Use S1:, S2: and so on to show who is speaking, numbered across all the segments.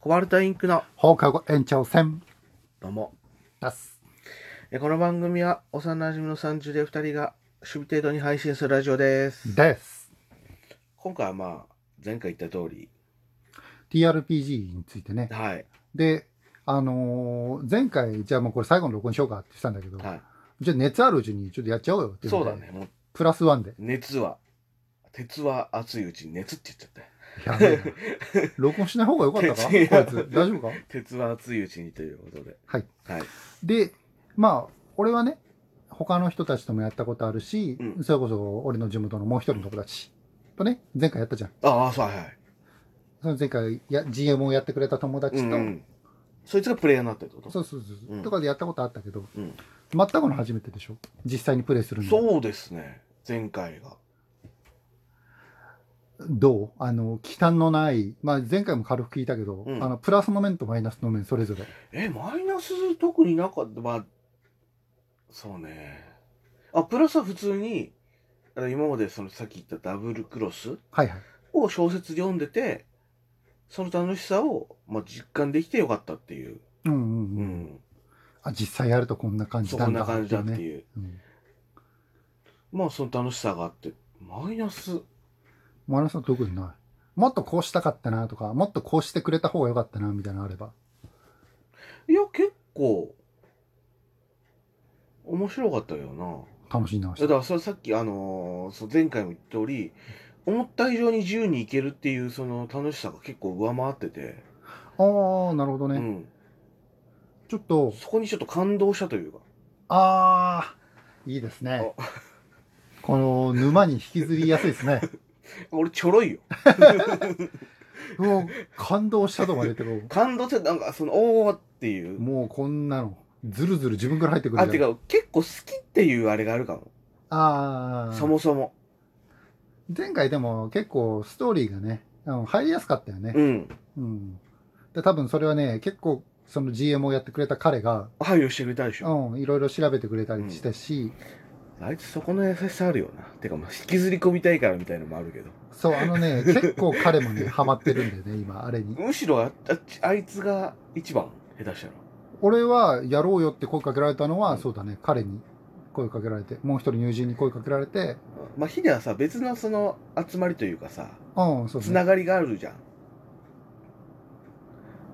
S1: コバルトインクの
S2: 放課後延長戦
S1: どうも
S2: です。
S1: えこの番組は幼馴染の30で2人が守備程度に配信するラジオです
S2: です。
S1: 今回はまあ前回言った通り
S2: TRPG についてね。
S1: はい
S2: で、あのー前回、じゃあもうこれ最後の録音しようかってしたんだけど、
S1: は
S2: じゃあ熱あるうちにちょっとやっちゃおうよって
S1: い
S2: いの
S1: そう
S2: で
S1: だ。ねもう
S2: プラスワンで。
S1: 熱は鉄は熱いうちに熱って言っちゃったよ
S2: やべ えな録音しない方が良かったかこ
S1: 徹
S2: い
S1: 夜
S2: つ。大丈夫か
S1: 鉄は熱いうちにということで
S2: はい。
S1: はい
S2: で、まあ、俺はね、他の人たちともやったことあるし、
S1: うん
S2: それこそ俺の地元のもう一人の友達とね、前回やったじゃん。
S1: ああそうはいはい
S2: その前回や GM をやってくれた友達
S1: う
S2: と、
S1: ん、うん、そいつがプレイヤーになったってこと
S2: そうそうそう、
S1: うん
S2: とかでやったことあったけど、
S1: うん
S2: 全くの初めてでしょ実際にプレイするのは
S1: そうですね前回が
S2: どうあの忌憚のない、まあ、前回も軽く聞いたけど、
S1: うん
S2: あのプラスの面とマイナスの面それぞれ
S1: えマイナス特になかったまあそうねあプラスは普通にあの今までそのさっき言ったダブルクロス
S2: はいはい
S1: を小説で読んでてその楽しさを、まあ、実感できてよかったっていう、
S2: うんうん
S1: う
S2: うん、
S1: ん
S2: あ実際やるとこんな感じ
S1: そ
S2: なんん
S1: な
S2: だ
S1: 感じだって
S2: ね
S1: いう、
S2: うん
S1: まあその楽しさがあってマイナス
S2: マイナスは特にないもっとこうしたかったなとかもっとこうしてくれた方が良かったなみたいなのあれば
S1: いや結構面白かったよな
S2: 楽しいな
S1: だからそれさっきあのーそう前回も言った通り思った以上に自由に行けるっていうその楽しさが結構上回ってて、
S2: ああなるほどね、
S1: うん、
S2: ちょっと
S1: そこにちょっと感動したというか
S2: ああいいですねこの沼に引きずりやすいですね
S1: 俺ちょろいよ
S2: うお感動したとまで言ってこう
S1: 感動ってなんかそのおおっていう
S2: もうこんなの、ずるずる自分から入ってくる
S1: あ
S2: じゃん
S1: てか結構好きっていうあれがあるかも
S2: あー
S1: そもそも
S2: 前回でも結構ストーリーがね、あの入りやすかったよね
S1: う。ん
S2: うん。で、多分それはね、結構その GM をやってくれた彼が、
S1: 配慮してくれたでしょ
S2: うん、いろいろ調べてくれたりしたし、
S1: あいつそこの優しさあるよなてかまあ引きずり込みたいからみたいのもあるけど
S2: そう、あの ね、結構彼もね、ハマってるんだよね、今、あれに。
S1: むしろああっちあいつが一番下手したら
S2: 俺はやろうよって声かけられたのは、
S1: うん
S2: そうだね、彼に声かけられて、もう一人友人に声かけられて、
S1: まあヒデはさ別のその集まりというかさ
S2: うん、そうです
S1: つ
S2: ね。
S1: ながりがあるじゃん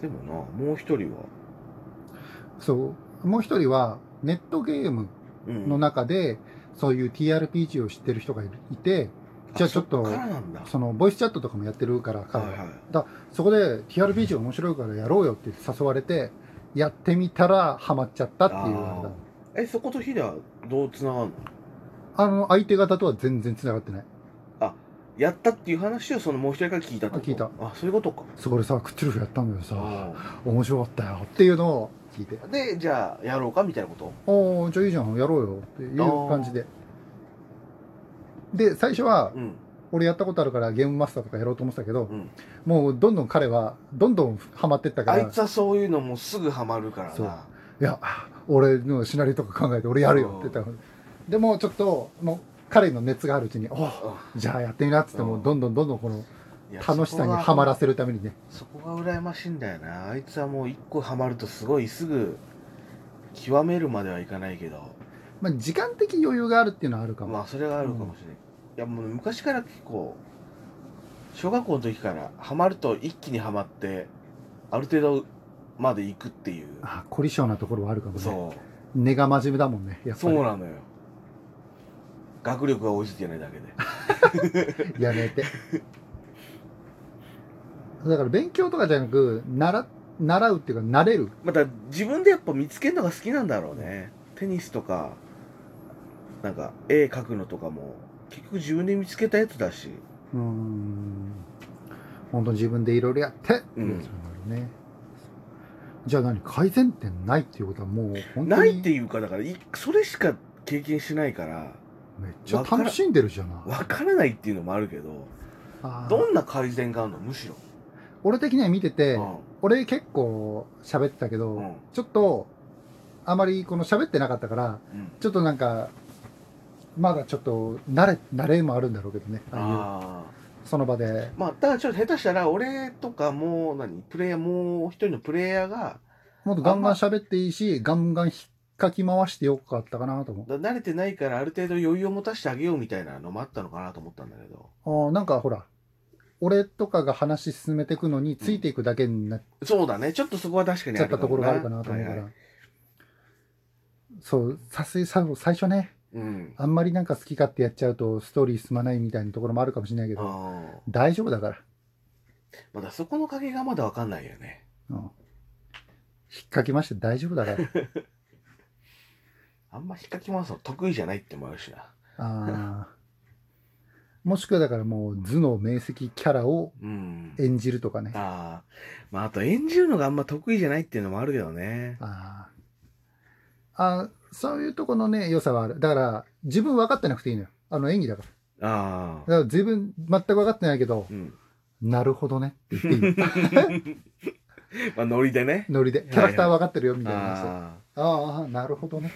S1: でもなもう一人は、
S2: そう。もう一人は、ネットゲーム
S1: うん
S2: の中で、そういう TRPG を知ってる人がいるいて、じゃあちょっと
S1: そからなんだ
S2: そのボイスチャットとかもやってるから、彼は
S1: はいはい
S2: そこで TRPG 面白いからやろうよって誘われて、やってみたらハマっちゃったっていうあれだ
S1: えそことヒデはどうつながるの
S2: あの、相手方とは全然繋がってない。
S1: やったっていう話をそのもう一人から聞いたってこと
S2: あ聞いた
S1: あそういうことか
S2: そこでさ、クッチルフやったんだけどさ、
S1: あ
S2: 面白かったよっていうのを聞いて、
S1: ーでじゃあやろうかみたいなこと
S2: おー、じゃあいいじゃん、やろうよっていう感じで。で、最初は
S1: う、ん
S2: 俺やったことあるからゲームマスターとかやろうと思ってたけど、
S1: うん
S2: もうどんどん彼は、どんどんハマってったか
S1: あ
S2: ら、
S1: いつはそういうのもすぐハマるから
S2: そう
S1: ない
S2: や、俺のシナリオとか考えて俺やるよって言ったのでもちょっと、もう彼の熱があるうちに、おう
S1: あ
S2: じゃあやってみなっつって、も
S1: う
S2: うんどんどんどんどんこの
S1: いや
S2: 楽しさにはまら
S1: そこ
S2: せるためにね。
S1: がそこが羨ましいんだよなあいつはもう一個ハマるとすごいすぐ極めるまではいかないけど
S2: まあ時間的余裕があるっていうのはあるかも。
S1: まあそれがあるかもしれない、いやもう昔から結構小学校の時からハマると一気にはまってある程度まで行くっていう
S2: あ、凝り性なところはあるかもね。
S1: そ
S2: 根が真面目だもんね。や
S1: う
S2: っぱり
S1: そうなのよ学力が追いついてないだけで
S2: やめて。 だから勉強とかじゃなく、習、習うっていうか、慣れる。
S1: また自分でやっぱ見つけるのが好きなんだろうねテニスとかなんか絵描くのとかも結局自分で見つけたやつだし
S2: うーん。本当に自分でいろいろやってっていうやつになるね。じゃあ何改善点ないっていうことはもう本当に
S1: ないっていうかだからいそれしか経験しないから
S2: めっちゃ楽しんでるじゃない。
S1: 分からないっていうのもあるけど
S2: あー
S1: どんな改善があるのむしろ、
S2: 俺的には見てて、
S1: う
S2: 俺結構喋ってたけど、
S1: んうん
S2: ちょっとあまりこの喋ってなかったから
S1: うん、
S2: ちょっとなんかまだちょっと慣れ慣れもあるんだろうけどねああい
S1: あ
S2: うその場で
S1: まあ、ただちょっと下手したら、俺とかもう何、プレイヤー、もう一人のプレイヤーが、
S2: もっとガンガン喋っていいし、ガンガン引っかき回してよかったかなと思う。
S1: だ慣れてないからある程度余裕を持たせてあげようみたいなのもあったのかなと思ったんだけど。
S2: あーなんかほら、俺とかが話進めていくのに、ついていくだけになっ
S1: そうだね。ちょっとそこは確かに
S2: ちゃったところがあるかなと
S1: はい
S2: 思
S1: う
S2: か
S1: はい
S2: ら。そう、さすさ最初ね、
S1: うん。
S2: あんまりなんか好き勝手やっちゃうと、ストーリー進まないみたいなところもあるかもしれないけど、
S1: ああ。
S2: 大丈夫だから。
S1: まだそこの影がまだわかんないよね。
S2: うん引っかきまして大丈夫だから。
S1: あんま引っかき回すの得意じゃないって思うしな。
S2: あーもしくはだからもう頭脳明晰キャラを
S1: うん。
S2: 演じるとかね。
S1: ああ。まあ、あと演じるのがあんま得意じゃないっていうのもあるけどね。
S2: あーあー、そういうとこのね、良さはある。だから、自分分かってなくていいのよ。あの演技だか
S1: あ
S2: ら。だ
S1: あ。
S2: から自分全く分かってないけど
S1: う、ん。
S2: なるほどねって言ってい い。
S1: まあ、ノリでね。
S2: ノリで。キャラクター分かってるよみたいな話で。
S1: あ
S2: ああ、なるほどね。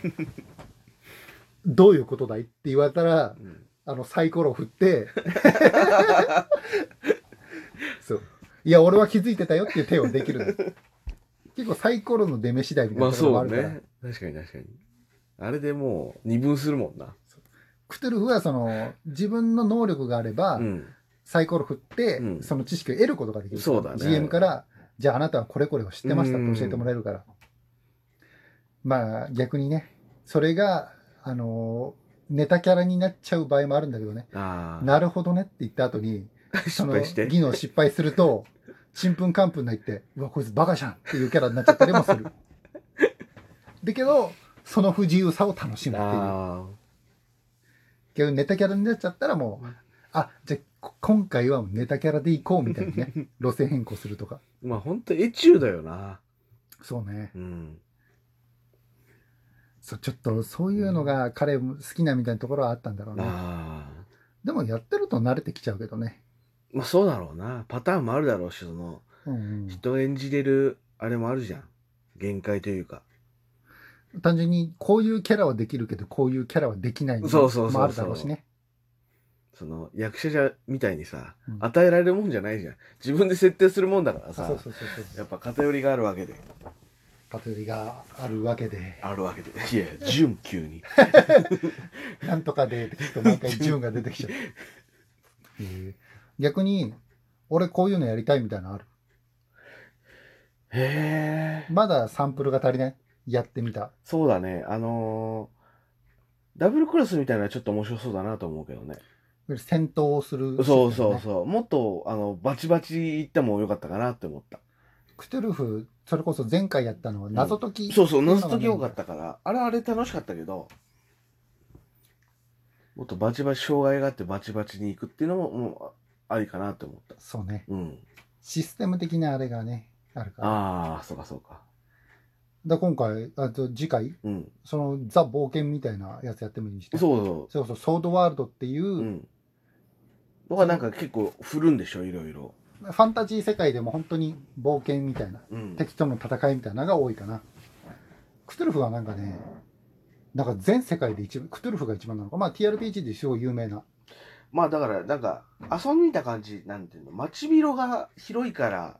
S2: どういうことだいって言われたら
S1: あ。、うん
S2: あの、サイコロ振って、 そう。いや、俺は気づいてたよっていう手をできるの結構サイコロの出目次第みたい
S1: ま
S2: な
S1: あ、
S2: ところも
S1: そ
S2: あ
S1: う
S2: るから、
S1: ね。確かに確かに。あれでもう、二分するもんな。
S2: クトゥルフはその、自分の能力があれば、
S1: うん。
S2: サイコロ振って、
S1: うん
S2: その知識を得ることができる。
S1: そうだね
S2: GM から、じゃああなたはこれこれを知ってましたって教えてもらえるから。まあ、逆にね、それが、あのネタキャラになっちゃう場合もあるんだけどね、
S1: ああ。
S2: なるほどねって言った後に、
S1: 失
S2: その
S1: 敗して。
S2: 技能失敗すると、 ちんぷんかんぷんな言って、うわ、こいつバカじゃんっていうキャラになっちゃったりもする。 だけど、その不自由さを楽しむっていう。
S1: ああ。
S2: 逆にネタキャラになっちゃったらもう、あ、じゃあこ今回はネタキャラでいこうみたいなね、 路線変更するとか。
S1: まあ、ほんとエチューだよな。
S2: そうね。
S1: うん。
S2: そう、ちょっとそういうのが彼も好きなみたいなところはあったんだろうね。
S1: ああ。
S2: でもやってると慣れてきちゃうけどね。
S1: まあそうだろうな。パターンもあるだろうし、その、
S2: うん、
S1: 人を演じれる、あれもあるじゃん。限界というか。
S2: うん。単純に、こういうキャラはできるけど、こういうキャラはできないの
S1: そうそうそうそう
S2: もあるだろうしね。
S1: その、役者じゃ、みたいにさ
S2: う、ん
S1: 与えられるもんじゃないじゃん。自分で設定するもんだから
S2: そう
S1: さ
S2: そう、そうそう。
S1: やっぱ偏りがあるわけで。
S2: 偏りがあるわけで、
S1: あるわけで。いや、準急に。
S2: なんとかでって聞くと毎回順が出てき ちゃう。えー逆に、俺こういうのやりたいみたいなのある。
S1: へえ。
S2: まだサンプルが足りないやってみた。
S1: そうだね。あのーダブルクロスみたいなのはちょっと面白そうだなと思うけどね。
S2: 戦闘をする、
S1: そうそうそう。もっと、あの、バチバチいってもよかったかなって思った。
S2: クトゥルフ、それこそ前回やったのは謎解き。
S1: そうそう、謎解き多かったから、あれはあれ楽しかったけど、もっとバチバチ、障害があってバチバチに行くっていうのも、もう、ありかなって思った。
S2: そうね。
S1: うん。
S2: システム的なあれがね、あるから。
S1: ああ、そうかそうか。
S2: だ今回、あと次回、
S1: うん。
S2: そのザ冒険みたいなやつやってもいいにして。
S1: そうそ
S2: そうそう、ソードワールドっていう、
S1: う。うん。僕はなんか結構振るんでしょ、いろいろ。
S2: ファンタジー世界でも本当に冒険みたいな。
S1: うん。
S2: 敵との戦いみたいなのが多いかな。クトゥルフはなんかね、なんか全世界で一番、クトゥルフが一番なのか、まあ TRPG ですごい有名な。
S1: まあだから、なんか、遊んでた感じ、なんていうの、街広が広いから、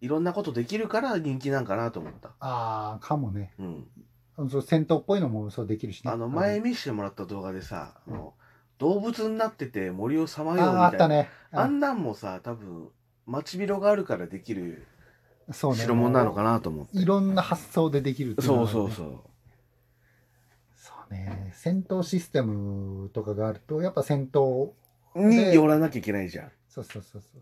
S1: いろんなことできるから人気なんかなと思った。
S2: ああ、かもね。
S1: うん。
S2: そう戦闘っぽいのもそうできるしね。
S1: あの、前見せてもらった動画でさ、あの動物になってて森をさま
S2: あ
S1: ようみ
S2: のあーあ
S1: た
S2: っ
S1: い
S2: た
S1: な
S2: ね。
S1: あ
S2: あ
S1: んなんもさ、多分、街広があるからできる
S2: そうね。
S1: 代物なのかなと思って。
S2: いろんな発想でできるっていの
S1: そう
S2: があるね
S1: そうそう。
S2: そうね。戦闘システムとかがあると、やっぱ戦闘、
S1: に寄らなきゃいけないじゃん。
S2: そうそうそうそう。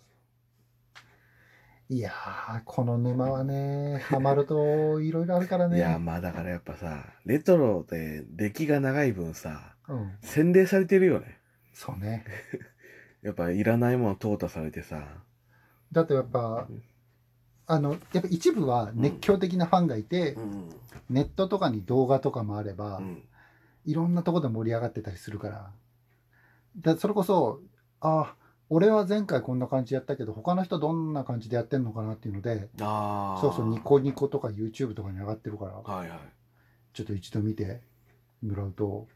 S2: いやー、この沼はね、ハマるといろいろあるからね。
S1: いや、まあだからやっぱさ、レトロで歴が長い分さ、
S2: うん。
S1: 洗礼されてるよね。
S2: そうね。
S1: やっぱいらないもの淘汰されてさ。
S2: だとやっぱ
S1: うん
S2: あのやっぱ一部は熱狂的なファンがいて、
S1: うん。
S2: ネットとかに動画とかもあれば、
S1: うん。
S2: いろんなとこで盛り上がってたりするからだそれこそあ俺は前回こんな感じやったけど他の人どんな感じでやってんのかなっていうので
S1: ああ。
S2: そうそうニコニコとか YouTube とかに上がってるから
S1: はいはい。
S2: ちょっと一度見てもらうと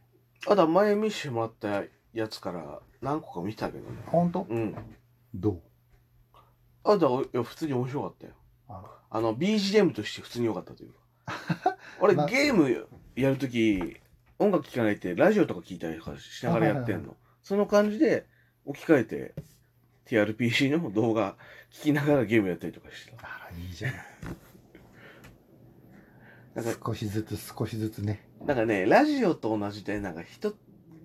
S1: あとは前見せてもらったやつから何個か見たけどね。
S2: 本当
S1: うん。
S2: どう
S1: あだからいや普通に面白かったよ
S2: あ
S1: あの BGM として普通に良かったというか 俺、
S2: まあ
S1: ゲームやるとき音楽聴かないってラジオとか聞いたりとかしながらやってん
S2: はいはい
S1: のその感じで置き換えて TRPG の動画聞きながらゲームやったりとかしてた
S2: あらいいじゃ
S1: なんか
S2: ん少しずつ少しずつね
S1: なんかねラジオと同じでなんか人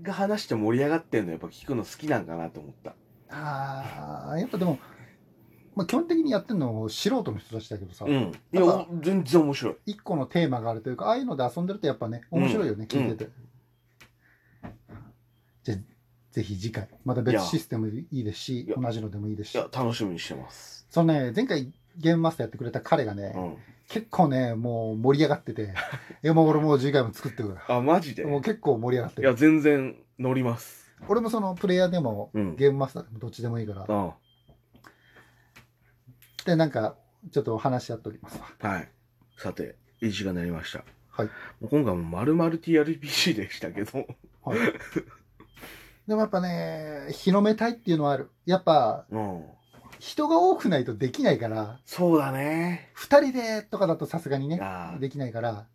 S1: が話して盛り上がってんのやっぱ聞くの好きなんかなと思った
S2: ああやっぱでも、まあ、基本的にやってるの素人の人たちだけどさ、
S1: うんい
S2: な
S1: や
S2: んか
S1: お全然面白い
S2: 一個のテーマがあるというかああいうので遊んでるとやっぱね面白いよね、
S1: うん
S2: 聞いてて、じゃあぜひ次回また別システムいいですし
S1: いや
S2: 同じのでもいいです
S1: い
S2: し
S1: や楽しみにしてます
S2: そのね前回ゲームマスターやってくれた彼がね、
S1: うん
S2: 結構ねもう盛り上がって ていやもう俺もう次回も作ってくか
S1: あマジで
S2: らもう結構盛り上がって
S1: いや
S2: る
S1: 全然乗ります
S2: 俺もそのプレイヤーでも
S1: うん
S2: ゲームマスターでもどっちでもいいから
S1: うんは
S2: でなんかちょっとお話し合っておりますわ
S1: いさていい時間になりました
S2: はい
S1: もう今回も丸々 TRPG でしたけど
S2: はい、でもやっぱね広めたいっていうのはあるやっぱ
S1: うん
S2: 人が多くないとできないから
S1: そうだね
S2: 2人でとかだとさすがにね
S1: あー
S2: できないから、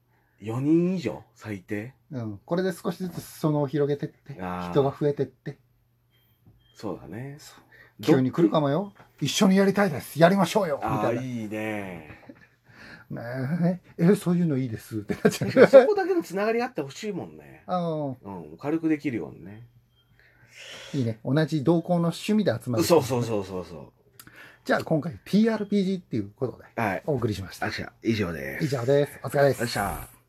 S1: 4人以上最低
S2: うん、これで少しずつそのを広げてって
S1: あー
S2: 人が増えてって
S1: そうだね
S2: そう急に来るかもよ一緒にやりたいですやりましょうよみ
S1: あ
S2: た
S1: あ
S2: いな
S1: ーいい ね
S2: ねええそういうのいいですってなっちゃ
S1: そ
S2: う
S1: こだけのつながりあってほしいもんね
S2: あの
S1: うん軽くできるようにね
S2: いいね同じ同行の趣味で集まる
S1: そうそうそうそうそ
S2: じゃあ今回 TRPG っていうことで
S1: うはい
S2: お送りしました
S1: あじゃあ以上です
S2: 以上ですお疲れ様で
S1: よ
S2: す
S1: っしゃ